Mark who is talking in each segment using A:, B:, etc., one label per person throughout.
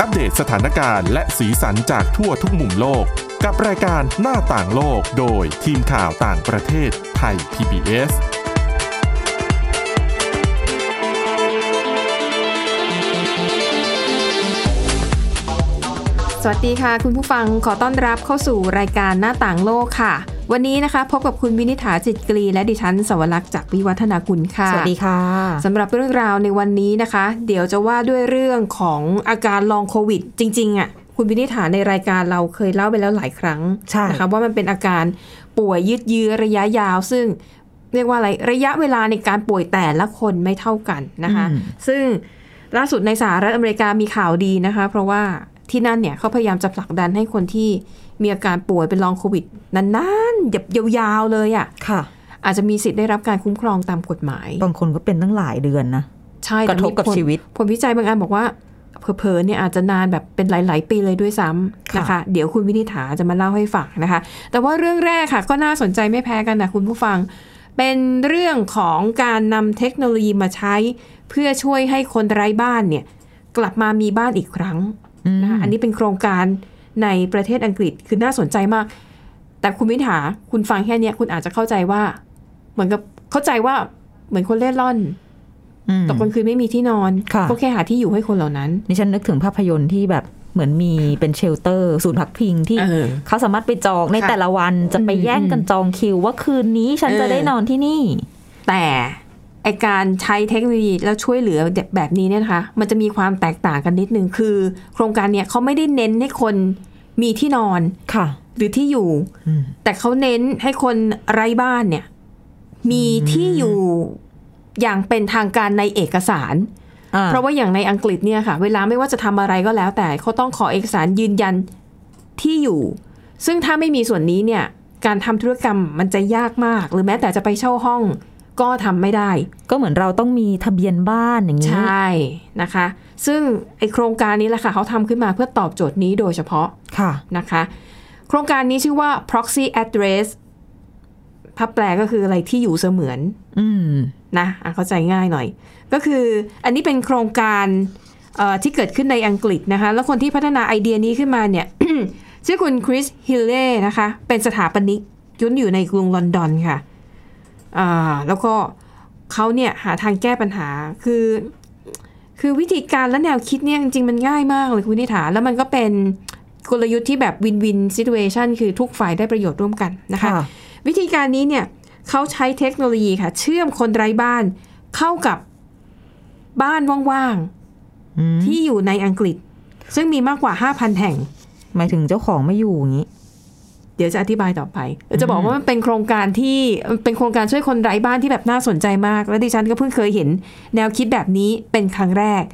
A: อัปเดตสถานการณ์และสีสันจากทั่วทุกมุมโลก กับรายการหน้าต่างโลกโดยทีมข่าวต่างประเทศไทย PBS
B: สวัสดีค่ะ คุณผู้ฟังขอต้อนรับเข้าสู่รายการหน้าต่างโลกค่ะ วันนี้นะคะ พบกับคุณวินิษฐาจิตกรี และดิฉันสวรักษ์จากวิวัฒนาคุณค่ะ
C: สวัสดีค่ะ
B: สำหรับเรื่องราวในวันนี้นะคะ เดี๋ยวจะว่าด้วยเรื่องของอาการลองโควิด จริงๆอ่ะคุณวินิษฐาในรายการเราเคยเล่าไปแล้วหลายครั้ง
C: ใช่
B: นะคะว่ามันเป็นอาการป่วยยืดเยื้อระยะยาว ซึ่งเรียกว่าอะไรระยะเวลาในการป่วยแต่ละคนไม่เท่ากันนะคะ ซึ่งล่าสุดในสหรัฐอเมริกามีข่าวดีนะคะ เพราะว่าที่นั่นเนี่ยเขาพยายามจะผลักดันให้คนที่มีอาการป่วยเป็นลองโควิดนานๆแบบยาวๆเลยอะ่ะ
C: ค่ะ
B: อาจจะมีสิทธิ์ได้รับการคุ้มครองตามกฎหมาย
C: บางคนก็เป็นตั้งหลายเดือนนะ
B: ใช่
C: กระทบกับ
B: แต่มีผล
C: ชีวิต
B: ผลวิจัยบางอันบอกว่าเผลอๆเนี่ยอาจจะนานแบบเป็นหลาย ๆ ปีเลยด้วยซ้ำ
C: ค่ะ
B: นะคะ เดี๋ยวคุณวินิษฐาจะมาเล่าให้ฟังนะคะ แต่ว่าเรื่องแรกค่ะก็น่าสนใจไม่แพ้กันนะคุณผู้ฟัง เป็นเรื่องของการนำเทคโนโลยีมาใช้ เพื่อช่วยให้คนไร้บ้านเนี่ยกลับมามีบ้านอีกครั้งนะคะอันนี้เป็นโครงการในประเทศอังกฤษคือน่าสนใจมาก แต่คุณวินิษฐาคุณฟังแค่เนี้ยคุณอาจจะเข้าใจว่า เหมือนกับเข้าใจว่าเหมือนคนเล่ร่อน
C: อืม
B: ตกกลางคืนไม่มีที่นอน
C: ค่ะ
B: ก็แค่หาที่อยู่ให้คนเหล่านั้น
C: นี่ฉันนึกถึงภาพยนตร์ที่แบบเหมือนมีเป็นเชลเตอร์ ศูนย์พักพิงที่
B: เออ
C: เขาสามารถไปจองใน
B: ค่ะ
C: แต่ละวันจะไปแย่งกันจองคิว ว่าคืนนี้ฉัน
B: เออ
C: จะได้นอนที่นี่
B: แต่ไอการใช้เทคโนโลยีแล้วช่วยเหลือแบบนี้เนี่ยนะคะ มันจะมีความแตกต่างกันนิดนึงคือ โครงการเนี่ยเขาไม่ได้เน้นให้คนมีที่นอน
C: ค่ะ
B: หรือที่อยู่
C: อืม
B: แต่เขาเน้นให้คนไร้บ้านเนี่ย มีที่อยู่อย่างเป็นทางการในเอกสาร
C: อ่
B: เพราะว่าอย่างในอังกฤษเนี่ยค่ะ เวลาไม่ว่าจะทำอะไรก็แล้ว แต่เขาต้องขอเอกสารยืนยันที่อยู่ ซึ่งถ้าไม่มีส่วนนี้เนี่ย การทำธุรกรรมมันจะยากมาก หรือแม้แต่จะไปเช่าห้องก็ทำไม่ได้
C: ก็เหมือนเราต้องมีทะเบียนบ้านอย่างนี้
B: ใช่นะคะ ซึ่งไอโครงการนี้แหละค่ะเขาทำขึ้นมาเพื่อตอบโจทย์นี้โดยเฉพาะ
C: ค่ะ
B: นะคะ โครงการนี้ชื่อว่า proxy address พับแปลก็คืออะไรที่อยู่เสมือน
C: อืม
B: นะอ่ะเข้าใจง่ายหน่อย ก็คืออันนี้เป็นโครงการเอ่อที่เกิดขึ้นในอังกฤษนะคะ แล้วคนที่พัฒนาไอเดียนี้ขึ้นมาเนี่ย ชื่อคุณคริสฮิลเล่นะคะ เป็นสถาปนิกยุนอยู่ในกรุงลอนดอนค่ะอ่าแล้วก็เขาเนี่ยหาทางแก้ปัญหาคือ คือวิธีการและแนวคิดเนี่ยจริงๆมันง่ายมากเลยคุณนิฐาแล้วมันก็เป็นกลยุทธ์ที่แบบวินวินซิทูเอชันคือทุกฝ่ายได้ประโยชน์ร่วมกันนะคะ
C: ค่ะ
B: วิธีการนี้เนี่ยเขาใช้เทคโนโลยีค่ะ เชื่อมคนไร้บ้านเข้ากับบ้านว่าง
C: อืม
B: ๆ ที่อยู่ในอังกฤษ ซึ่งมีมากกว่า 5,000 แห่ง
C: หมายถึงเจ้าของไม่อยู่อย่างนี้
B: เดี๋ยวจะอธิบายต่อไป จะบอกว่ามันเป็นโครงการที่เป็นโครงการช่วยคนไร้บ้านที่แบบน่าสนใจมาก และดิฉันก็เพิ่งเคยเห็นแนวคิดแบบนี้เป็นครั้งแรก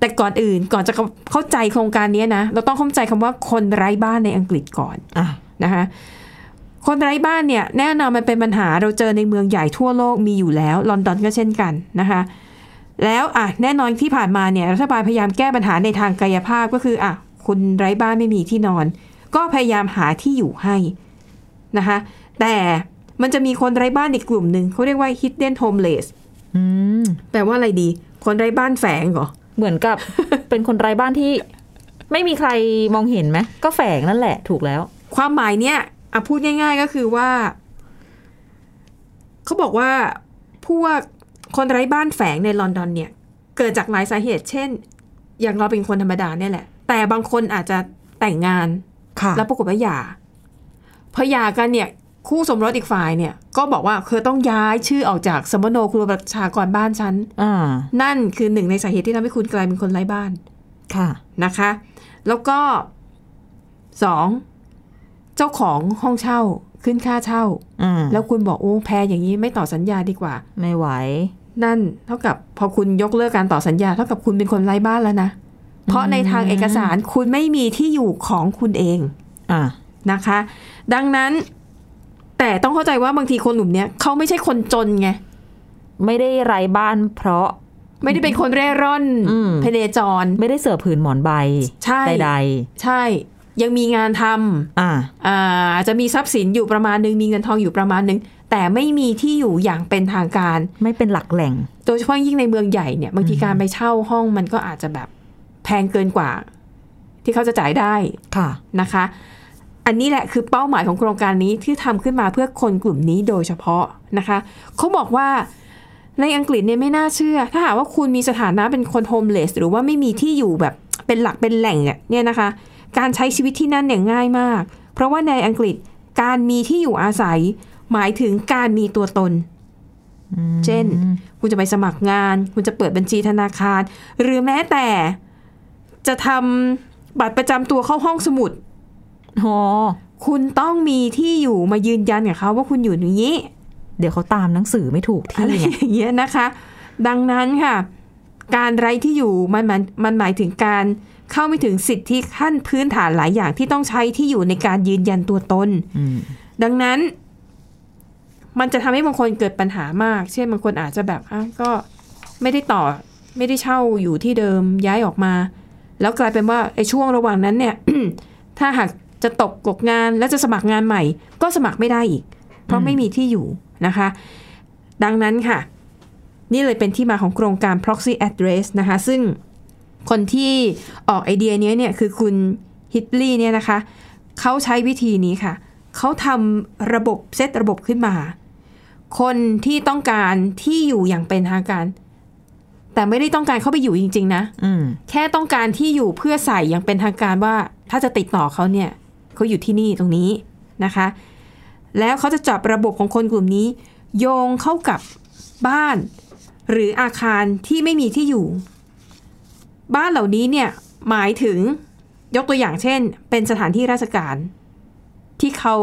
B: แต่ก่อนอื่นก่อนจะเข้าใจโครงการนี้นะ เราต้องเข้าใจคำว่าคนไร้บ้านในอังกฤษก่อน
C: อ่ะ
B: นะคะคนไร้บ้านเนี่ยแน่นอนมันเป็นปัญหาเราเจอในเมืองใหญ่ทั่วโลกมีอยู่แล้ว ลอนดอนก็เช่นกันนะคะแล้วอ่ะแน่นอนที่ผ่านมาเนี่ยรัฐบาลพยายามแก้ปัญหาในทางกายภาพก็คืออ่ะคนไร้บ้านไม่มีที่นอน ก็พยายามหาที่อยู่ให้นะคะแต่มันจะมีคนไร้บ้านอีกกลุ่มหนึ่งเขาเรียกว่า hidden homeless
C: อืม
B: แปลว่าอะไรดี คนไร้บ้านแฝงเหรอ
C: เหมือน กับ เป็นคนไร้บ้านที่ ไม่มีใครมองเห็นไหมก็แฝงนั่นแหละถูกแล้ว
B: ความหมายเนี่ยอ่ะพูดง่าย ๆก็คือว่า เขาบอกว่าพวกคนไร้บ้านแฝงในลอนดอนเนี่ย เกิดจากหลายสาเหตุ เช่น อย่างเราเป็นคนธรรมดาเนี่ยแหละ แต่บางคนอาจจะแต่งงาน
C: ค่ะ
B: แล้วปรากฏว่าหย่าพอหย่ากันเนี่ย คู่สมรสอีกฝ่ายเนี่ย ก็บอกว่าเธอต้องย้ายชื่อออกจากสมโนครัวประชากรบ้านฉัน
C: อ่า
B: นั่นคือหนึ่งในสาเหตุที่ทำให้คุณกลายเป็นคนไร้บ้าน
C: ค่ะ
B: นะคะ แล้วก็สองเจ้าของห้องเช่าขึ้นค่าเช่า
C: อืม
B: แล้วคุณบอกโอ้แพงอย่างนี้ไม่ต่อสัญญาดีกว่า
C: ไม่ไหว
B: นั่นเท่ากับพอคุณยกเลิกการต่อสัญญา เท่ากับคุณเป็นคนไร้บ้านแล้วนะ เพราะในทางเอกสารคุณไม่มีที่อยู่ของคุณเอง
C: อ่า
B: นะคะ ดังนั้น แต่ต้องเข้าใจว่าบางทีคนหนุ่มเนี้ยเขาไม่ใช่คนจนไง
C: ไม่ได้ไร้บ้านเพราะ
B: ไม่ได้เป็นคนเร่ร่อน
C: อืม
B: เพเนจร
C: ไม่ได้เสือผืนหมอนใบ
B: ใช่
C: ใด
B: ใช่ ยังมีงานทำ
C: ๆอ่า
B: อ่าจะมีทรัพย์สินอยู่ประมาณหนึ่งมีเงินทองอยู่ประมาณหนึ่งแต่ไม่มีที่อยู่อย่างเป็นทางการ
C: ไม่เป็นหลักแหล่ง
B: โดยเฉพาะยิ่งในเมืองใหญ่เนี่ยบางทีการไปเช่าห้องมันก็อาจจะแบบแพงเกินกว่า ที่เขาจะจ่ายได้
C: ค่ะ
B: นะคะ อันนี้แหละคือเป้าหมายของโครงการนี้ที่ทำขึ้นมาเพื่อคนกลุ่มนี้โดยเฉพาะนะคะ เขาบอกว่าในอังกฤษเนี่ยไม่น่าเชื่อ ถ้าหากว่าคุณมีสถานะเป็นคนโฮมเลสหรือว่าไม่มีที่อยู่แบบเป็นหลักเป็นแหล่งเนี่ยเนี่ยนะคะ การใช้ชีวิตที่นั่นเนี่ยง่ายมาก เพราะว่าในอังกฤษการมีที่อยู่อาศัย หมายถึงการมีตัวตน เช่น คุณจะไปสมัครงาน คุณจะเปิดบัญชีธนาคาร หรือแม้แต่จะทำบัตรประจำตัวเข้าห้องสมุด
C: อ๋อ
B: คุณต้องมีที่อยู่มายืนยันกับเขาว่าคุณอยู่อย่างนี้
C: เดี๋ยวเขาตามหนังสือไม่ถูกที่
B: อะไร
C: ไง
B: อย่างเงี้ยนะคะ ดังนั้นค่ะ การไร้ที่อยู่มันมันมันหมายถึงการเข้าไม่ถึงสิทธิขั้นพื้นฐานหลายอย่างที่ต้องใช้ที่อยู่ในการยืนยันตัวตน
C: อืม
B: ดังนั้น มันจะทำให้บางคนเกิดปัญหามาก เช่นบางคนอาจจะแบบอ่ะก็ไม่ได้ต่อ ไม่ได้เช่าอยู่ที่เดิมย้ายออกมา แล้วกลายเป็นว่าไอ้ช่วงระหว่างนั้นเนี่ย ถ้าหากจะตกกกงานแล้วจะสมัครงานใหม่ ก็สมัครไม่ได้อีก เพ
C: อื
B: ราะ
C: ม
B: ไม่มีที่อยู่นะคะ ดังนั้นค่ะ นี่เลยเป็นที่มาของโครงการ proxy address นะคะ ซึ่งคนที่ออกไอเดียเนี้ยเนี่ยคือคุณฮิตลี่เนี่ยนะคะ เขาใช้วิธีนี้ค่ะ เขาทำระบบเซตระบบขึ้นมา คนที่ต้องการที่อยู่อย่างเป็นทางการ แต่ไม่ได้ต้องการเข้าไปอยู่จริง ๆ นะ
C: อืม
B: แค่ต้องการที่อยู่เพื่อใส่อย่างเป็นทางการว่า ถ้าจะติดต่อเขาเนี่ยเขาอยู่ที่นี่ตรงนี้นะคะ แล้วเขาจะจับระบบของคนกลุ่มนี้ โยงเข้ากับบ้าน หรืออาคารที่ไม่มีที่อยู่ บ้านเหล่านี้เนี่ยหมายถึงยกตัวอย่างเช่น เป็นสถานที่ราชการ ที่เขา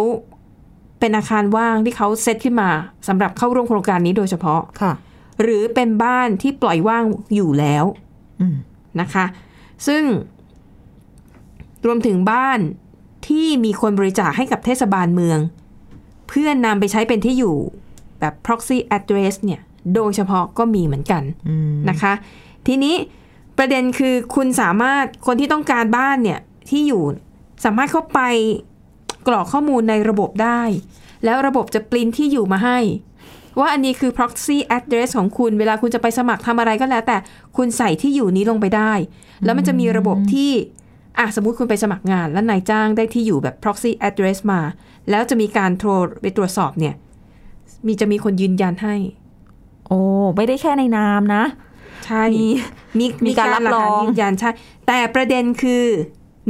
B: เป็นอาคารว่างที่เขาเซตขึ้นมาสำหรับเข้าร่วมโครงการนี้โดยเฉพาะ
C: ค่ะ
B: หรือเป็นบ้านที่ปล่อยว่างอยู่แล้ว
C: อืม
B: นะคะ ซึ่งรวมถึงบ้านที่มีคนบริจาคให้กับเทศบาลเมือง เพื่อนำไปใช้เป็นที่อยู่แบบ proxy address เนี่ย โดยเฉพาะก็มีเหมือนกัน
C: อืม
B: นะคะ ทีนี้ประเด็นคือคุณสามารถคนที่ต้องการบ้านเนี่ย ที่อยู่สามารถเข้าไปกรอกข้อมูลในระบบได้ แล้วระบบจะปริ้นที่อยู่มาให้ ว่าอันนี้คือ proxy address ของคุณ เวลาคุณจะไปสมัครทำอะไรก็แล้ว แต่คุณใส่ที่อยู่นี้ลงไปได้ แล้วมันจะมีระบบที่อ่ะสมมติคุณไปสมัครงาน แล้วนายจ้างได้ที่อยู่แบบ proxy address มา แล้วจะมีการโทรไปตรวจสอบเนี่ย มีจะมีคนยืนยันให้
C: โอ้ ไม่ได้แค่ในนามนะ
B: ใช่มีมี
C: มีการรับรอ
B: ห
C: ง
B: ลักฐานยืนยันใช่ แต่ประเด็นคือ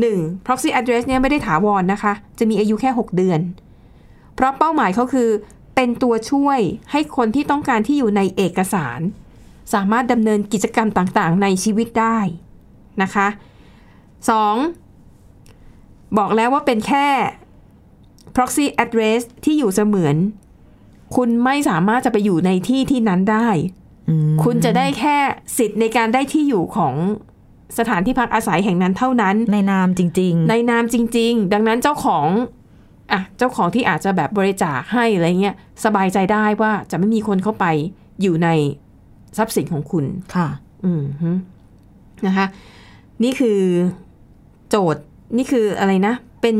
B: 1. proxy address เนี่ยไม่ได้ถาวรนะคะ จะมีอายุแค่ 6 เดือน เพราะเป้าหมายเขาคือเป็นตัวช่วยให้คนที่ต้องการที่อยู่ในเอกสาร สามารถดำเนินกิจกรรมต่างๆ ในชีวิตได้นะคะ 2. บอกแล้วว่าเป็นแค่ proxy address ที่อยู่เสมือน คุณไม่สามารถจะไปอยู่ในที่ที่นั้นได้
C: อืม
B: คุณจะได้แค่สิทธิ์ในการได้ที่อยู่ของสถานที่พักอาศัยแห่งนั้นเท่านั้น
C: ในนามจริง ๆ
B: ในนามจริง ๆ ดังนั้นเจ้าของอ่ะเจ้าของที่อาจจะแบบบริจาคให้อะไรเงี้ยสบายใจได้ว่าจะไม่มีคนเข้าไปอยู่ในทรัพย์สินของคุณ
C: ค่ะ
B: อืมฮึนะคะ นี่คือโจทย์นี่คืออะไรนะ เป็น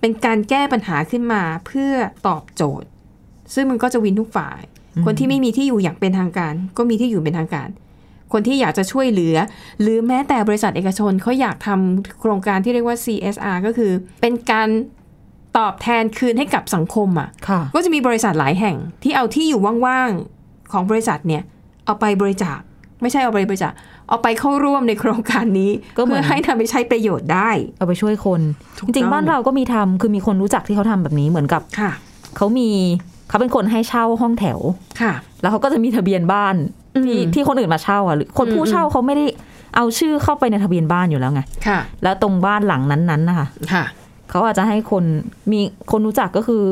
B: เป็นการแก้ปัญหาขึ้นมาเพื่อตอบโจทย์ ซึ่งมันก็จะวินทุกฝ่าย คนที่ไม่มีที่อยู่อย่างเป็นทางการ ก็มีที่อยู่เป็นทางการ คนที่อยากจะช่วยเหลือ หรือแม้แต่บริษัทเอกชนเขาอยากทำโครงการที่เรียกว่า CSR ก็คือ เป็นการตอบแทนคืนให้กับสังคมอ่ะ
C: ค่ะ
B: ก็จะมีบริษัทหลายแห่งที่เอาที่อยู่ว่างๆของบริษัทเนี่ย เอาไปบริจาคไม่ใช่เอาไปบริจาคเอาไปเข้าร่วมในโครงการนี้
C: ก็เหมื
B: เพื่
C: อน
B: อให้นำไปใช้ประโยชน์ได้
C: เอาไปช่วยคน
B: ถู
C: จ
B: กต้อง
C: ริงๆ บ้านเราก็มีทำคือมีคนรู้จักที่เขาทำแบบนี้เหมือนกับ
B: ค่ะ
C: เขามีเขาเป็นคนให้เช่าห้องแถว
B: ค่ะ
C: แล้วเขาก็จะมีทะเบียนบ้านที่
B: อืม
C: ที่คนอื่นมาเช่าอ่ะหรือคน
B: อืม
C: ผู้เช่าเขาไม่ได้เอาชื่อเข้าไปในทะเบียนบ้านอยู่แล้วไง
B: ค่ะ
C: แล้วตรงบ้านหลังนั้นๆนะคะ
B: ค่ะ
C: เขาอาจจะให้คนมีคนรู้จักก็คือ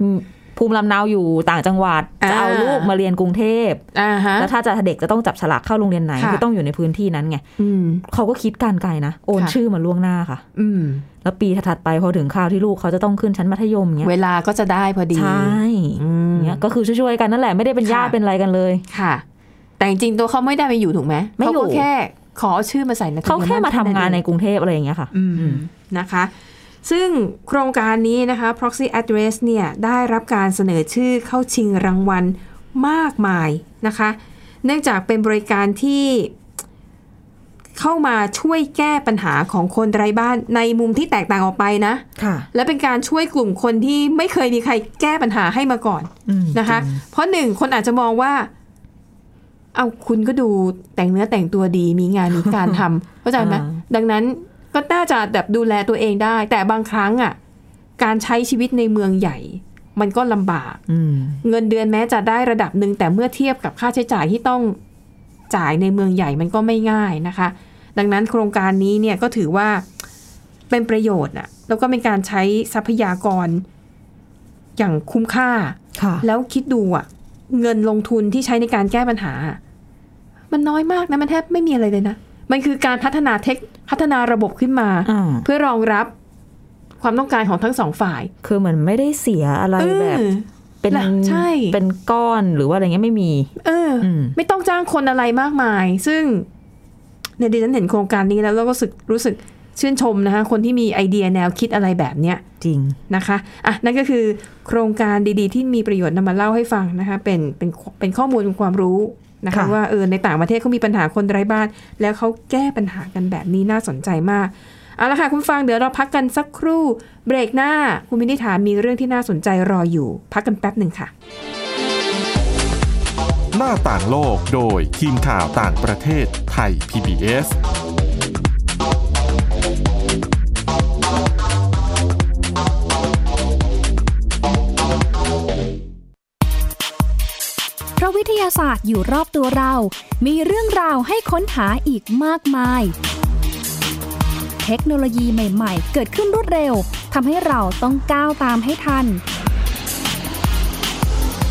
C: อืมภูมิลำเนาอยู่ต่างจังหวัด
B: อ่า
C: จะเอาลูกมาเรียนกรุงเทพ
B: อ่าฮะ
C: แล้วถ้าจะเด็กจะต้องจับฉลากเข้าโรงเรียนไหน
B: ค่ะ
C: คือต้องอยู่ในพื้นที่นั้นไง
B: อืม
C: เขาก็คิดการไกลนะโอน
B: ค่ะ
C: ชื่อมาล่วงหน้าค่ะ
B: อืม
C: แล้วปีถัดๆไปพอถึงคราวที่ลูกเขาจะต้องขึ้นชั้นมัธยมเนี้ย
B: เวลาก็จะได้พอดี
C: ใช่
B: อืม
C: เนี้ยก็คือช่วยๆกันนั่นแหละไม่ได้เป็นญาติ
B: ค่ะ
C: เป็นอะไรกันเลย
B: ค่ะ แต่จริงๆตัวเขาไม่ได้ไปอยู่ถูกไหม
C: ไม่อยู่
B: เขาก็แค่ขอชื่อมาใส่ในทะ
C: เขา
B: บียน
C: แค่มาทำงาน
B: เท่
C: ใน
B: เอก
C: รุงเทพอะไรอย่างเงี้ยค่ะ
B: อืมนะคะ ซึ่งโครงการนี้นะคะ proxy address เนี่ย ได้รับการเสนอชื่อเข้าชิงรางวัลมากมายนะคะ เนื่องจากเป็นบริการที่ เข้ามาช่วยแก้ปัญหาของคนไร้บ้านในมุมที่แตกต่างออกไปนะ
C: ค่ะ
B: และเป็นการช่วยกลุ่มคนที่ไม่เคยมีใครแก้ปัญหาให้มาก่อน
C: อืม
B: นะคะ เพราะหนึ่งคนอาจจะมองว่า เอาคุณก็ดูแต่งเนื้อแต่งตัวดีมีงานมีการทำ เข้าใจไหม
C: อ่า
B: ดังนั้นก็น่าจะแบบดูแลตัวเองได้ แต่บางครั้งอ่ะ การใช้ชีวิตในเมืองใหญ่ มันก็ลำบาก
C: อืม
B: เงินเดือนแม้จะได้ระดับหนึ่งแต่เมื่อเทียบกับค่าใช้จ่ายที่ต้องจ่ายในเมืองใหญ่มันก็ไม่ง่ายนะคะ ดังนั้นโครงการนี้เนี่ยก็ถือว่าเป็นประโยชน์อะแล้วก็เป็นการใช้ทรัพยากรอย่างคุ้มค่า
C: ค่ะ
B: แล้วคิดดูอะเงินลงทุนที่ใช้ในการแก้ปัญหา มันน้อยมากนะ มันแทบไม่มีอะไรเลยนะ มันคือการพัฒนาเทคพัฒนาระบบขึ้นมา
C: อ่า
B: เพื่อรองรับความต้องการของทั้งสองฝ่าย
C: คือเหมือนไม่ได้เสียอะไรแบบ
B: เออ
C: เป็น
B: ล่ะใช่
C: เป็นก้อนหรือว่าอะไรเงี้ยไม่มี
B: เอออ
C: อืม
B: ไม่ต้องจ้างคนอะไรมากมาย ซึ่งเนี่ยดิฉันเห็นโครงการนี้แล้วเราก็รู้สึกรู้สึกชื่นชมนะคะ คนที่มีไอเดียแนวคิดอะไรแบบเนี้ย
C: จริง
B: นะคะอ่ะนั่นก็คือโครงการดีๆ ที่มีประโยชน์นำมาเล่าให้ฟังนะคะ เป็นเป็นเป็นข้อมูลเป็นความรู้นะคะ
C: ค่ะ
B: ว่าเออในต่างประเทศเขามีปัญหาคนไร้บ้าน แล้วเขาแก้ปัญหากันแบบนี้น่าสนใจมากเอาละค่ะคุณฟังเดี๋ยวเราพักกันสักครู่ เบรกหน้าคุณมินิถามีเรื่องที่น่าสนใจรออยู่ พักกันแป๊บหนึ่งค่ะ
A: หน้าต่างโลกโดยทีมข่าวต่างประเทศไทย PBS
D: เพราะวิทยาศาสตร์อยู่รอบตัวเรา มีเรื่องราวให้ค้นหาอีกมากมาย เทคโนโลยีใหม่ ๆ เกิดขึ้นรวดเร็ว ทำให้เราต้องก้าวตามให้ทัน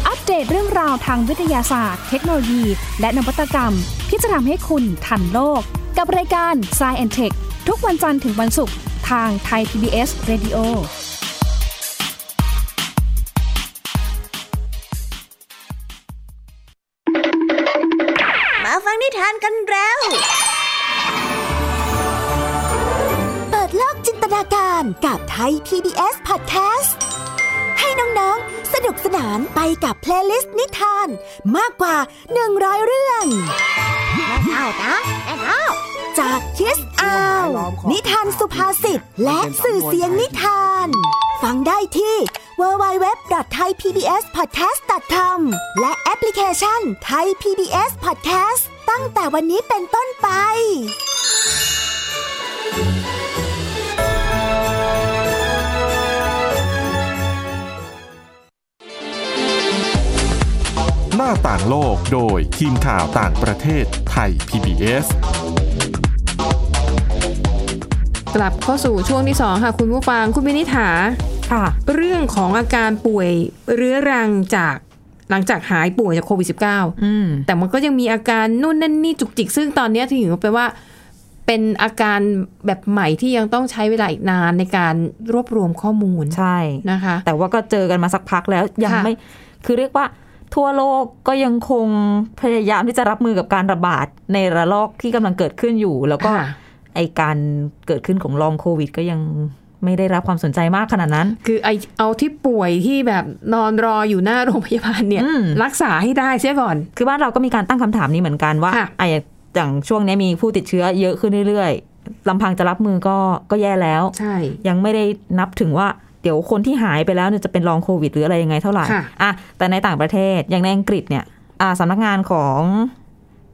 D: อัปเดตเรื่องราวทางวิทยาศาสตร์ เทคโนโลยี และนวัตกรรม ที่จะทำให้คุณทันโลก กับรายการ s c i e n t e c h ทุกวันจันทร์ถึงวันศุกร์ทางไทย PBS Radio
E: มาฟังนิทานกันแล้ว เปิดโลกจินตนาการกับไทย PBS Podcast ให้น้องๆ สนุกสนานไปกับเพลย์ลิสต์นิทาน มากกว่า 100 เรื่องเอานะเอาจากคิสอาว นิทานสุภาษิตและสื่อเสียงนิทาน ฟังได้ที่ www.thaipbspodcast.com และแอปพลิเคชัน Thai PBS Podcast ตั้งแต่วันนี้เป็นต้นไป
A: หน้าต่างโลกโดยทีมข่าวต่างประเทศไทย PBS
B: กลับเข้าสู่ช่วงที่ 2 ค่ะ คุณผู้ฟังคุณวินิษฐา
C: ค่ะ
B: เรื่องของอาการป่วยเรื้อรังจากหลังจากหายป่วยจากโควิด -19
C: อืม
B: แต่มันก็ยังมีอาการนู่นนั่นนี่จุกจิก ซึ่งตอนเนี้ยถึงไปว่า เป็นอาการแบบใหม่ที่ยังต้องใช้เวลาอีกนานในการรวบรวมข้อมูล
C: ใช่
B: นะคะ
C: แต่ว่าก็เจอกันมาสักพักแล้วยัง
B: ค่ะ
C: ไม่ คือเรียกว่าทั่วโลกก็ยังคงพยายามที่จะรับมือกับการระบาดในระลอกที่กำลังเกิดขึ้นอยู่ แล้วก็
B: ค่ะ
C: ไอการเกิดขึ้นของลองโควิด ก็ยังไม่ได้รับความสนใจมากขนาดนั้น
B: คือไอเอาที่ป่วยที่แบบนอนรออยู่หน้าโรงพยาบาลเนี่ย
C: อืม
B: รักษาให้ได้เสียก่อน
C: คือบ้านเราก็มีการตั้งคำถามนี้เหมือนกันว่า
B: ค่ะ
C: ไออย่างช่วงนี้มีผู้ติดเชื้อเยอะขึ้นเรื่อยๆลำพังจะรับมือก็ก็แย่แล้ว
B: ใช่
C: ยังไม่ได้นับถึงว่าเดี๋ยวคนที่หายไปแล้วเนี่ยจะเป็นรองโควิดหรืออะไรยังไงเท่าไหร่
B: ค่ะ
C: อ่ะแต่ในต่างประเทศอย่างในอังกฤษเนี่ยอ่าสำนักงานของ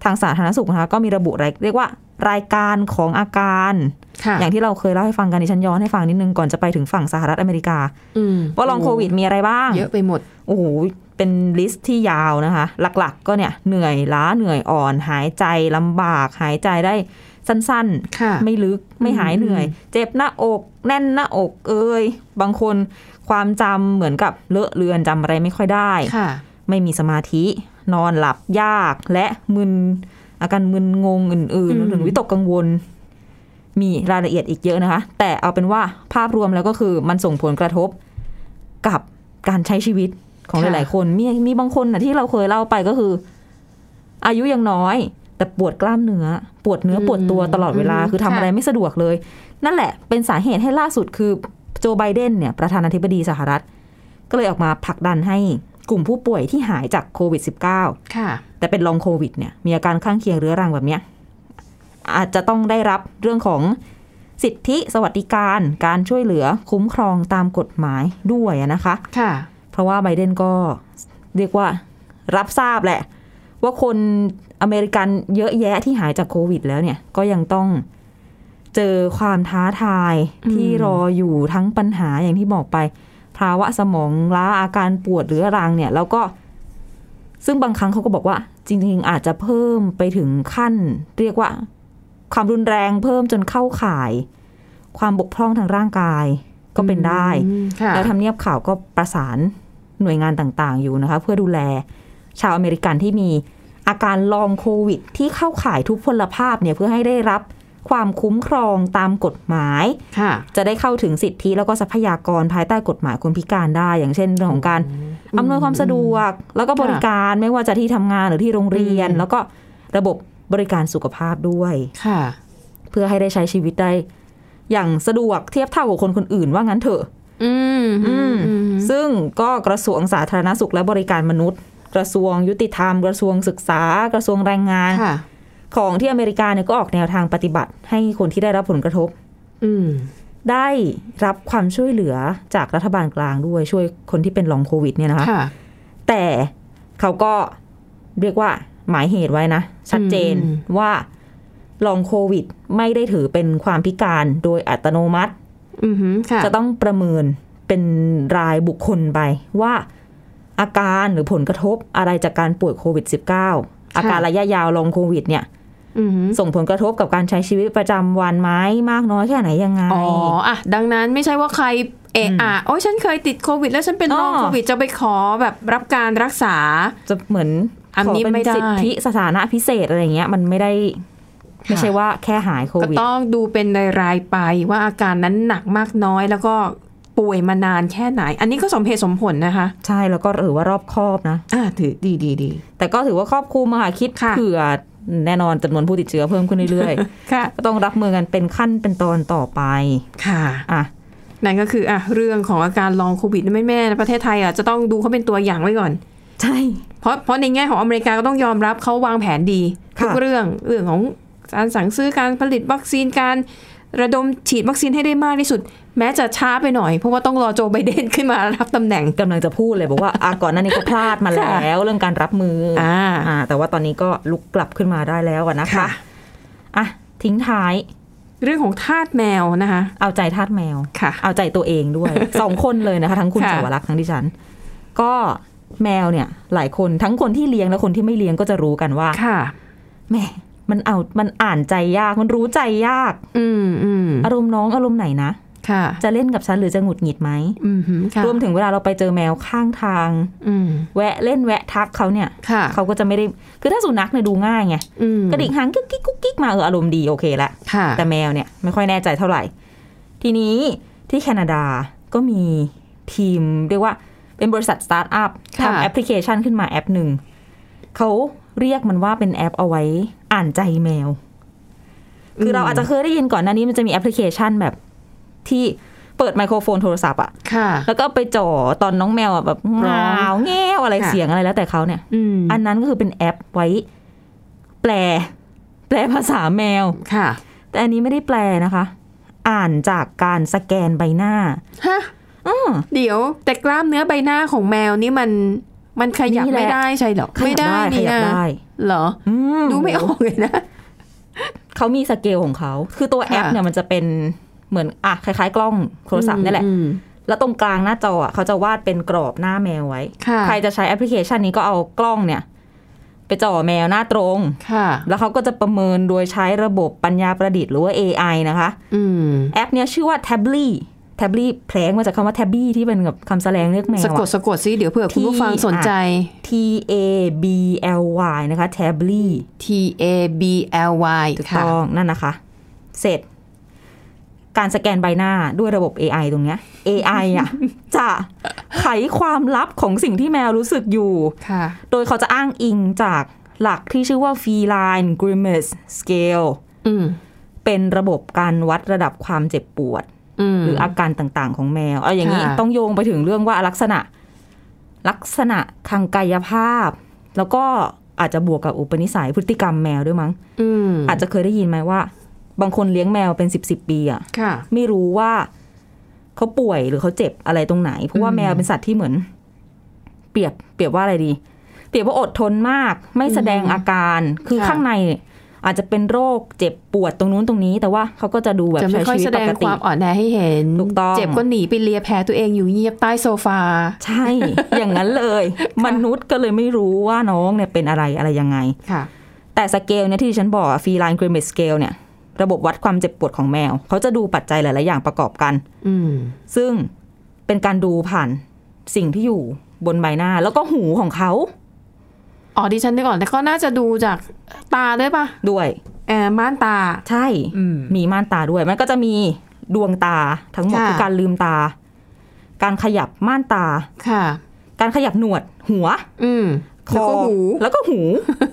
C: ทางสาธารณสุขนะคะก็มีระบุรายเรียกว่ารายการของอาการ
B: ค่ะ
C: อย่างที่เราเคยเล่าให้ฟังกันดิฉันย้อนให้ฟังนิดนึงก่อนจะไปถึงฝั่งสหรัฐอเมริกา
B: อืม
C: ว่าลองโควิดมีอะไรบ้าง
B: เยอะไปหมด
C: โอ้โห เป็นลิสต์ที่ยาวนะคะ หลักๆ ก็เนี่ยเหนื่อยล้าเหนื่อยอ่อน หายใจลำบาก หายใจได้สั้น
B: ค่ะ
C: ๆ ไม่ลึกไม่หายเหนื่อย เจ็บหน้าอก แน่นหน้าอกเอ่ยบางคนความจำเหมือนกับเลอะเลือนจำอะไรไม่ค่อยได้
B: ค่ะ
C: ไม่มีสมาธิ นอนหลับยากและมึนอาการมึนงงอื่นๆรวมถึงวิตกกังวล มีรายละเอียดอีกเยอะนะคะ แต่เอาเป็นว่าภาพรวมแล้วก็คือมันส่งผลกระทบกับการใช้ชีวิตของ
B: ค่ะ
C: หลายๆ คนมีมีบางคนนะที่เราเคยเล่าไปก็คือ อายุยังน้อย แต่ปวดกล้ามเนื้อ ปวดเนื้อปวดตัวตลอดเวลา คือทำอะไรไม่สะดวกเลย นั่นแหละเป็นสาเหตุให้ล่าสุดคือโจไบเดนเนี่ยประธานาธิบดีสหรัฐ ก็เลยออกมาผลักดันให้กลุ่มผู้ป่วยที่หายจากโควิด -19
B: ค่ะ
C: แต่เป็นลองโควิดเนี่ยมีอาการข้างเคียงเรื้อรังแบบเนี้ย อาจจะต้องได้รับเรื่องของสิทธิสวัสดิการการช่วยเหลือคุ้มครองตามกฎหมายด้วยอะนะคะ
B: ค่ะ
C: เพราะว่าไบเดนก็เรียกว่ารับทราบแหละ ว่าคนอเมริกันเยอะแยะที่หายจากโควิดแล้วเนี่ย ก็ยังต้องเจอความท้าทายที่
B: อืม
C: รออยู่ทั้งปัญหาอย่างที่บอกไป ภาวะสมองล้าอาการปวดเรื้อรังเนี่ย แล้วก็ ซึ่งบางครั้งเขาก็บอกว่า จริงๆ อาจจะเพิ่มไปถึงขั้น เรียกว่า ความรุนแรงเพิ่มจนเข้าข่าย ความบกพร่องทางร่างกายก็เป็นได้
B: อืมค่ะ
C: แล้วทำเนียบข่าวก็ประสานหน่วยงานต่างๆ อยู่นะคะ เพื่อดูแลชาวอเมริกันที่มีอาการลองโควิด ที่เข้าข่ายทุพพลภาพเนี่ยเพื่อให้ได้รับความคุ้มครองตามกฎหมาย
B: ค่ะ
C: จะได้เข้าถึงสิทธิแล้วก็ทรัพยากรภายใต้กฎหมายคนพิการได้ อย่างเช่นเรื่องของการอำนวยความสะดวก แล้วก็บริการไม่ว่าจะที่ทำงานหรือที่โรงเรียน
B: อืม
C: แล้วก็ระบบบริการสุขภาพด้วย
B: ค่ะ
C: เพื่อให้ได้ใช้ชีวิตได้ อย่างสะดวกเทียบเท่ากับคนคนอื่นว่างั้นเถอะ
B: อืมอืมอืม
C: ซึ่งก็กระทรวงสาธารณสุขและบริการมนุษย์ กระทรวงยุติธรรม กระทรวงศึกษา กระทรวงแรงงาน
B: ค่ะ
C: ของที่อเมริกาเนี่ยก็ออกแนวทางปฏิบัติ ให้คนที่ได้รับผลกระทบ
B: อืม
C: ได้รับความช่วยเหลือจากรัฐบาลกลางด้วยช่วยคนที่เป็นลองโควิดเนี่ยนะคะ
B: ค่ะ
C: แต่เขาก็เรียกว่าหมายเหตุไว้นะ ชัดเจน
B: อืม
C: ว่าลองโควิด ไม่ได้ถือเป็นความพิการโดยอัตโนมัติ
B: อืมค่ะ
C: จะต้องประเมินเป็นรายบุคคลไปว่าอาการหรือผลกระทบอะไรจากการป่วยโควิด -19 อาการระยะยาวลองโควิด เนี่ย
B: อืม
C: ส่งผลกระทบกับการใช้ชีวิตประจำวันไหมมากน้อยแค่ไหนยังไง
B: อ๋ออ่ะดังนั้นไม่ใช่ว่าใครเอะอะโอ้ยฉันเคยติดโควิด แล้วฉันเป็น
C: อ๋อ
B: ลองโควิดจะไปขอแบบรับการรักษา
C: จะเหมือน
B: อัน
C: ขอ
B: นี้
C: เป็
B: ไม่
C: น
B: ได้
C: สิทธิสถานะพิเศษอะไรอย่างเงี้ย มันไม่ได้ ไม่ใช่ว่าแค่หายโค
B: ก็
C: วิด
B: ต้องดูเป็นรายๆไปว่าอาการนั้นหนักมากน้อยแล้วก็ป่วยมานานแค่ไหน อันนี้ก็สมเหตุสมผลนะคะ
C: ใช่แล้วก็ถือว่ารอบคอบนะ
B: อ่าถือดีดีดี
C: แต่ก็ถือว่าครอบคลุมอะค่ะคิด
B: ค่ะ
C: เผื่อแน่นอนจำนวนผู้ติดเชื้อเพิ่มขึ้นเรื่อย
B: ค่ะ
C: ๆ ก็ต้องรับมือกันเป็นขั้นเป็นตอนต่อไป
B: ค่ะ
C: อ่ะ
B: นั่นก็คืออ่ะเรื่องของอาการลองโควิดไม่แม่นะประเทศไทยอ่ะจะต้องดูเขาเป็นตัวอย่างไว้ก่อน
C: ใช่
B: เพราะเพราะในแง่ของอเมริกาก็ต้องยอมรับเขาวางแผนดี
C: ค่ะ
B: ทุกเรื่องเรื่องของการสั่งซื้อการผลิตวัคซีนการระดมฉีดวัคซีนให้ได้มากที่สุด แม้จะช้าไปหน่อย เพราะว่าต้องรอโจไบเดนขึ้นมารับตำแหน่ง
C: กำลังจะพูดเลยบอกว่าอ่ ะก่อนหน้านี้ก็พลาดมาแล้วเรื่องการรับมืออา อ่า แต่ว่าตอนนี้ก็ลุกกลับขึ้นมาได้แล้วอะนะคะ
B: ค่ะ
C: อ่ะทิ้งท้าย
B: เรื่องของทาสแมวนะคะ
C: เอาใจทาสแมว
B: ค่ะ
C: เอาใจตัวเองด้วย สองคนเลยนะคะ ทั้งคุณ
B: ค่ะ
C: สวรักษ์ทั้งดิฉัน ก็แมวเนี่ย หลายคนทั้งคนที่เลี้ยงและคนที่ไม่เลี้ยงก็จะรู้กันว่า
B: ค่ะ
C: แหมมันเอามันอ่านใจยากมันรู้ใจยาก
B: อืมอืม
C: อารมณ์น้องอารมณ์ไหนนะ
B: ค่ะ
C: จะเล่นกับฉันหรือจะหงุดหงิดไหม
B: อืมค่ะ
C: รวมถึงเวลาเราไปเจอแมวข้างทาง
B: อืม
C: แวะเล่นแวะทักเขาเนี่ย
B: ค่ะ
C: เขาก็จะไม่ได้ คือถ้าสุนัขเนี่ยดูง่ายไง
B: อืม
C: กระดิกหางกุ๊กกิ๊กกุ๊กกิ๊กมาเอออารมณ์ดีโอเคละ
B: ค่ะ
C: แต่แมวเนี่ยไม่ค่อยแน่ใจเท่าไหร่ ทีนี้ที่แคนาดาก็มีทีมเรียกว่าเป็นบริษัทสตาร์ทอัพทำแอปพลิเคชันขึ้นมาแอปหนึ่ง เขาเรียกมันว่าเป็นแอปเอาไว้อ่านใจแมว คือเราอาจจะเคยได้ยินก่อนหน้านี้มันจะมีแอปพลิเคชันแบบที่เปิดไมโครโฟนโทรศัพท์อะ
B: ค่ะ
C: แล้วก็ไปจ่อตอนน้องแมวอะแบบ
B: ร้อง
C: งาวแง่วอะไร
B: ค่ะ
C: เสียงอะไรแล้วแต่เขาเนี่ย
B: อืม
C: อันนั้นก็คือเป็นแอปไว้ แปล แปลภาษาแมว
B: ค่ะ
C: แต่อันนี้ไม่ได้แปลนะคะ อ่านจากการสแกนใบหน้า
B: ฮะ
C: อืม
B: เดี๋ยวแต่กล้ามเนื้อใบหน้าของแมวนี่มันมันขยับ
C: นี่แหละ
B: ไม่ได้ใช่เหรอ
C: ขยับได้ข
B: นี่
C: ยับ
B: นะ
C: ได้
B: เหรอ
C: อื
B: ดูไม่ออกเลยนะ
C: เขามีสเกลของเขา คือตัวแอป
B: ค่ะ
C: เนี่ยมันจะเป็นเหมือนอ่ะคล้ายๆ กล้องโทรศัพท์นี่แหละ
B: อืม
C: แล้วตรงกลางหน้าจออ่ะเขาจะวาดเป็นกรอบหน้าแมวไว้
B: ค่ะ
C: ใครจะใช้แอปพลิเคชันนี้ก็เอากล้องเนี่ย ไปจ่อแมวหน้าตรง
B: ค่ะ
C: แล้วเขาก็จะประเมินโดยใช้ระบบปัญญาประดิษฐ์หรือว่า AI นะคะ
B: อืม
C: แอปเนี้ยชื่อว่า Tably Tably แผลงมาจากคำว่า Tabby ที่เป็นกับคำแสดงเรียกแมว
B: สะกด
C: อะ
B: สะกดซิเดี๋ยวเผื่อคุณผู้ฟัง
C: ที่
B: สนใจ
C: T A B L Y นะคะ Tably
B: T A B L Y
C: ถูก
B: ค่ะ
C: ต้องนั่นนะคะ เสร็จ การสแกนใบหน้าด้วยระบบ AI ตรงเนี้ย AI อ่ะ จะไขความลับของสิ่งที่แมวรู้สึกอยู่
B: ค่ะ
C: โดยเขาจะอ้างอิงจากหลักที่ชื่อว่า feline grimace scale
B: อืม
C: เป็นระบบการวัดระดับความเจ็บปวด
B: อืม
C: หรืออาการต่างๆ ของแมวเอาอย่างนี้
B: ค่ะ
C: ต้องโยงไปถึงเรื่องว่าลักษณะ ลักษณะทางกายภาพ แล้วก็ อาจจะบวกกับอุปนิสัยพฤติกรรมแมวด้วยมั้ง
B: อืม
C: อาจจะเคยได้ยินไหมว่า บางคนเลี้ยงแมวเป็นสิบสิบปีอะ
B: ค่ะ
C: ไม่รู้ว่าเขาป่วยหรือเขาเจ็บอะไรตรงไหน เพราะว่า
B: อืม
C: แมวเป็นสัตว์ที่เหมือน เปรียบ เปรียบว่าอะไรดี เปรียบว่าอดทนมาก ไม่แสดงอาการ คือข้างในเนี่ยอาจจะเป็นโรคเจ็บปวดตรงนู้นตรงนี้ แต่ว่าเขาก็จะดูแบบ
B: จะไม่
C: ใช้
B: ค่อย
C: ชีวิ
B: แส
C: ต
B: ด
C: ป
B: ง
C: ก
B: ค
C: ติ
B: วามอ่อนแอให้เห็น
C: ถูกต้อง
B: เจ็บก็หนีไปเลียแผลตัวเองอยู่เงียบใต้โซฟา
C: ใช่ อย่างนั้นเลย มนุษย์ก็เลยไม่รู้ว่าน้องเนี่ยเป็นอะไรอะไรยังไง
B: ค่ะ
C: แต่สเกลเนี่ยที่ดิฉันบอกฟีไลน์กริมเบสสเกลเนี่ย ระบบวัดความเจ็บปวดของแมว เขาจะดูปัจจัยหลาย ๆ อย่างประกอบกัน
B: อืม
C: ซึ่งเป็นการดูผ่านสิ่งที่อยู่บนใบหน้า แล้วก็หูของเขา
B: อ๋อดิฉันนึกออกแต่ก็น่าจะดูจากตาด้วยปะ
C: ด้วย
B: แอร์ม่านตา
C: ใช่
B: อืม
C: มีม่านตาด้วย มันก็จะมีดวงตาทั้งหมด
B: ค่ะ
C: คือการลืมตา การขยับม่านตา
B: ค่ะ
C: การขยับหนวด หัว
B: อืม
C: ค
B: แล้ว
C: อ
B: ก็หู
C: แล้วก็หู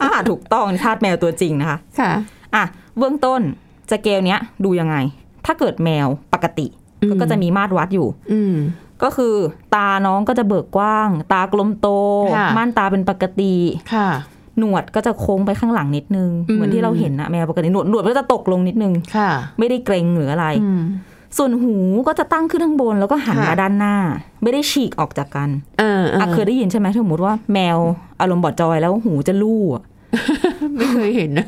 C: อ่าถูกต้องนี่ทาสแมวตัวจริงนะคะ
B: ค่ะ
C: อ่ะเบื้องต้นสเกลเนี้ยดูยังไง ถ้าเกิดแมวปกติ
B: อืม
C: ก็จะมีมาตรวัดอยู่
B: อืม
C: ก็คือ ตาน้องก็จะเบิกกว้าง ตากลมโต
B: ค่ะ
C: ม่านตาเป็นปกติ
B: ค่ะ
C: หนวดก็จะโค้งไปข้างหลังนิดนึง
B: อืม
C: เหมือนที่เราเห็นนะแมวปกติหนวดหนวดก็จะตกลงนิดนึง
B: ค่ะ
C: ไม่ได้เกรงหรืออะไร
B: อืม
C: ส่วนหูก็จะตั้งขึ้นข้างบนแล้วก็หัน
B: ค่ะ
C: มาด้านหน้า ไม่ได้ฉีกออกจากกัน
B: เออเออ
C: อ่ะเคยได้ยินใช่ไหมถ้าสมมติว่าแมวอารมณ์บอดจอยแล้วหูจะลู่อ่ะ
B: ไม่เคยเห็นนะ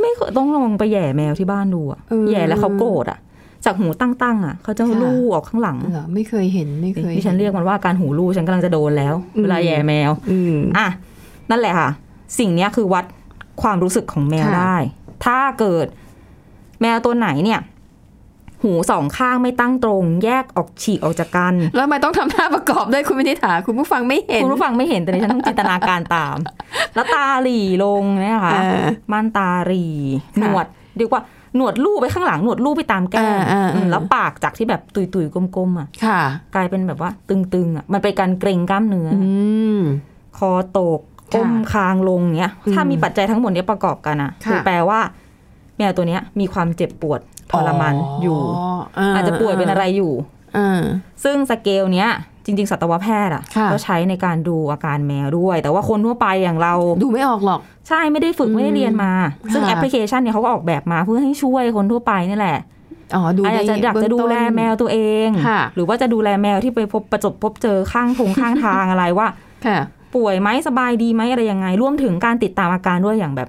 C: ไม่เคยต้องลองไปแหย่แมวที่บ้านดูอ่ะ
B: เออ
C: แหย่แล้วเขาโกรธอ่ะ จากหูตั้งๆอ่ะเขาจะ
B: ค่ะ
C: ลู่ออกข้างหลัง
B: เหรอไม่เคยเห็นไม่เคยห็
C: ดิฉันเรียกมันว่าการหูลู่ฉันกำลังจะโดนแล้ว
B: อืม
C: เวลาแหย่แมว
B: อืม
C: อ่ะนั่นแหละค่ะ สิ่งเนี้ยคือวัดความรู้สึกของแมว
B: ค่ะ
C: ได้ ถ้าเกิดแมวตัวไหนเนี่ย หูสองข้างไม่ตั้งตรง แยกออกฉีกออกจากกัน
B: แล้วทำไมต้องทำหน้าประกอบด้วยคุณวินิษฐาคุณผู้ฟังไม่เห็น
C: คุณผู้ฟังไม่เห็นแต่ดิฉัน ต้องจินตนาการตาม แล้วตาหลีลงเนี่ยนะค่ะ
B: อ่า
C: ม่านตาหลีห
B: ค่ะ
C: นวดเรียกว่าหนวดลู่ไปข้างหลังหนวดลู่ไปตามแก้ม
B: อ่าอ่าอ่า
C: อืมแล้วปากจากที่แบบตุยๆกลมๆอ่ะ
B: ค่ะ
C: กลายเป็นแบบว่า ตึงๆอ่ะมันเป็นการเกร็งกล้ามเนื้ออ
B: อืม
C: คอตก
B: ค่ะ
C: ก้มคางลงเนี้ย
B: อืม
C: ถ้ามีปัจจัยทั้งหมดเนี้ยประกอบกันอะ
B: ค่ะ
C: คือแปลว่า แมวตัวเนี้ยมีความเจ็บปวดทรมานอยู่
B: เ
C: อาจจะป่วยเป็นอะไรอยู่
B: เออ
C: ซึ่งสเกลเนี้ย จริง ๆ สัตวแพทย์อะ
B: ค่ะ
C: ก็ใช้ในการดูอาการแมวด้วย แต่ว่าคนทั่วไปอย่างเรา
B: ดูไม่ออกหรอก
C: ใช่ไม่ได้ฝึก
B: อืม
C: ไม่ได้เรียนมา ซึ่ง
B: ค่ะ
C: แอปพลิเคชันเนี่ยเขาก็ออกแบบมาเพื่อให้ช่วยคนทั่วไปนี่แหละ
B: อ๋อดู
C: อาจจะ
B: ใน
C: อยากจะ
B: เบื้ง
C: ดู
B: ต้น
C: แลแมวตัวเอง
B: ค่ะ
C: หรือว่าจะดูแลแมวที่ไปพบประสบพบเจอข้างทงข้างทางอะไรว่า
B: ค่ะ
C: ป่วยไหมสบายดีไหมอะไรยังไงรวมถึงการติดตามอาการด้วยอย่างแบบ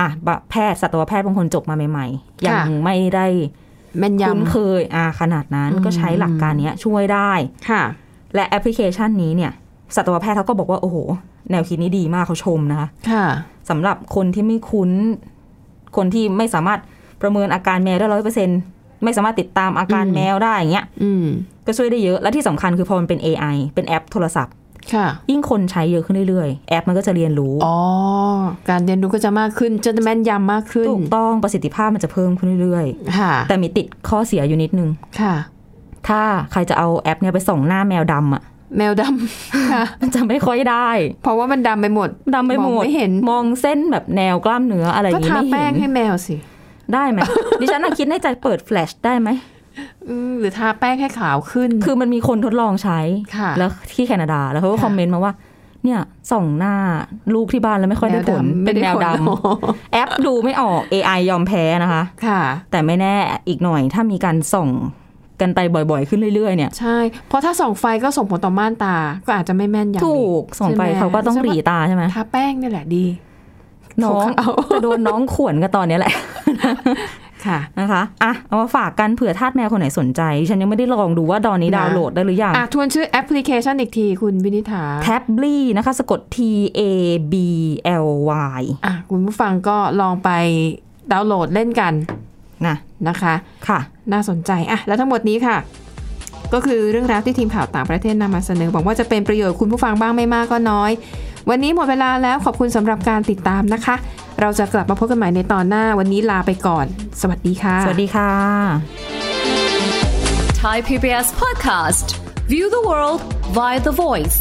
C: อ่ะบะแพทย์สัตวแพทย์บางคนจบมาใหม่ๆ ยัง
B: ค่ะ
C: ไม่ได้
B: แม่น
C: คุ้น
B: ยำ
C: เคยอ่ะขนาดนั้น
B: อืม
C: ก็ใช้หลักการเนี้ยช่วยได้
B: ค่ะ
C: และแอปพลิเคชันนี้เนี่ย สัตวแพทย์เขาก็บอกว่า โอ้โห แนวคิดนี้ดีมากเขาชมนะคะ
B: ค่ะ
C: สำหรับคนที่ไม่คุ้น คนที่ไม่สามารถประเมินอาการแมวได้ร้อยเปอร์เซ็นไม่สามารถติดตามอาการ
B: อืม
C: แมวได้อย่างเงี้ย
B: อืม
C: ก็ช่วยได้เยอะและที่สำคัญคือพอมันเป็น AI เป็นแอปโทรศัพท์
B: ค่ะ
C: ยิ่งคนใช้เยอะขึ้นเรื่อยๆแอปมันก็จะเรียนรู้
B: อ๋อ การเรียนรู้ก็จะมากขึ้น จะแม่นยำมากขึ้น
C: ถูกต้องประสิทธิภาพมันจะเพิ่มขึ้นเรื่อย
B: ค่ะ
C: ๆ แต่มีติดข้อเสียอยู่นิดนึง
B: ค่ะ
C: ถ้าใครจะเอาแอปเนี่ยไปส่องหน้าแมวดำอ่ะ
B: แมวด ำ ค่ะ
C: มันจะไม่ค่อยได้
B: เพราะว่ามันดำไปหมด
C: ดำไปห
B: ม
C: ม
B: อง
C: ด
B: ไม่เห็น
C: มองเส้นแบบแนวกล้ามเนื้ออะไรอ
B: ก็
C: ย่างงี้
B: ทา
C: ไม่
B: แป้
C: เห็
B: ง
C: น
B: ให้แมวสิ
C: ได้ไหม ดิฉันน่ะคิดในใจเปิดแฟลชได้ไหม
B: อืมหรือทาแป้งให้ขาวขึ้น
C: คือมันมีคนทดลองใช้
B: ค่ะ
C: แล้วที่แคนาดาแล้วเขาก็
B: ค่ะ
C: คอมเมนต์มาว่า เนี่ยส่องหน้าลูกที่บ้านแล้วไม่ค่อยได้ผลเป็นแมวด
B: อ๋อ
C: ำแอปดูไม่ออก AI ยอมแพ้นะคะ
B: ค่ะ
C: แต่ไม่แน่อีกหน่อยถ้ามีการส่องกันไปบ่อยๆ ขึ้นเรื่อยๆเนี่ย
B: ใช่ เพราะถ้าส่องไฟก็ส่งผลต่อม่านตา ก็อาจจะไม่แม่นยำ
C: ถูกส่งไป
B: ใช่หม
C: เขาก็ต้องหรีตาใช่ไหม
B: ทาแป้งนี่แหละ ดี
C: น้อง
B: เขาเอา
C: จะโดนน้องขวนกันตอนเนี้ยแหละ
B: ค่ะ
C: นะคะอ่ะเอามาฝากกันเผื่อทาสแมวคนไหนสนใจ ฉันยังไม่ได้ลองดูว่าตอนนี้
B: นะ
C: ดาวน์โหลดได้หรือยัง
B: อ่ะทวนชื่อแอปพลิเคชันอีกทีคุณวินิษฐา
C: แท็บลี่นะคะ สะกด T A B L Y
B: อ่ะคุณผู้ฟังก็ลองไปดาวน์โหลดเล่นกัน
C: นะ
B: นะคะ
C: ค่ะ
B: น่าสนใจอ่ะแล้วทั้งหมดนี้ค่ะ ก็คือเรื่องราวที่ทีมข่าวต่างประเทศนำมาเสนอหวังว่าจะเป็นประโยชน์คุณผู้ฟังบ้างไม่มากก็น้อย วันนี้หมดเวลาแล้วขอบคุณสำหรับการติดตามนะคะ เราจะกลับมาพบกันใหม่ในตอนหน้าวันนี้ลาไปก่อน สวัสดีค่ะ
C: สวัสดีค่ะ
F: Thai PBS podcast. View the world via the voice.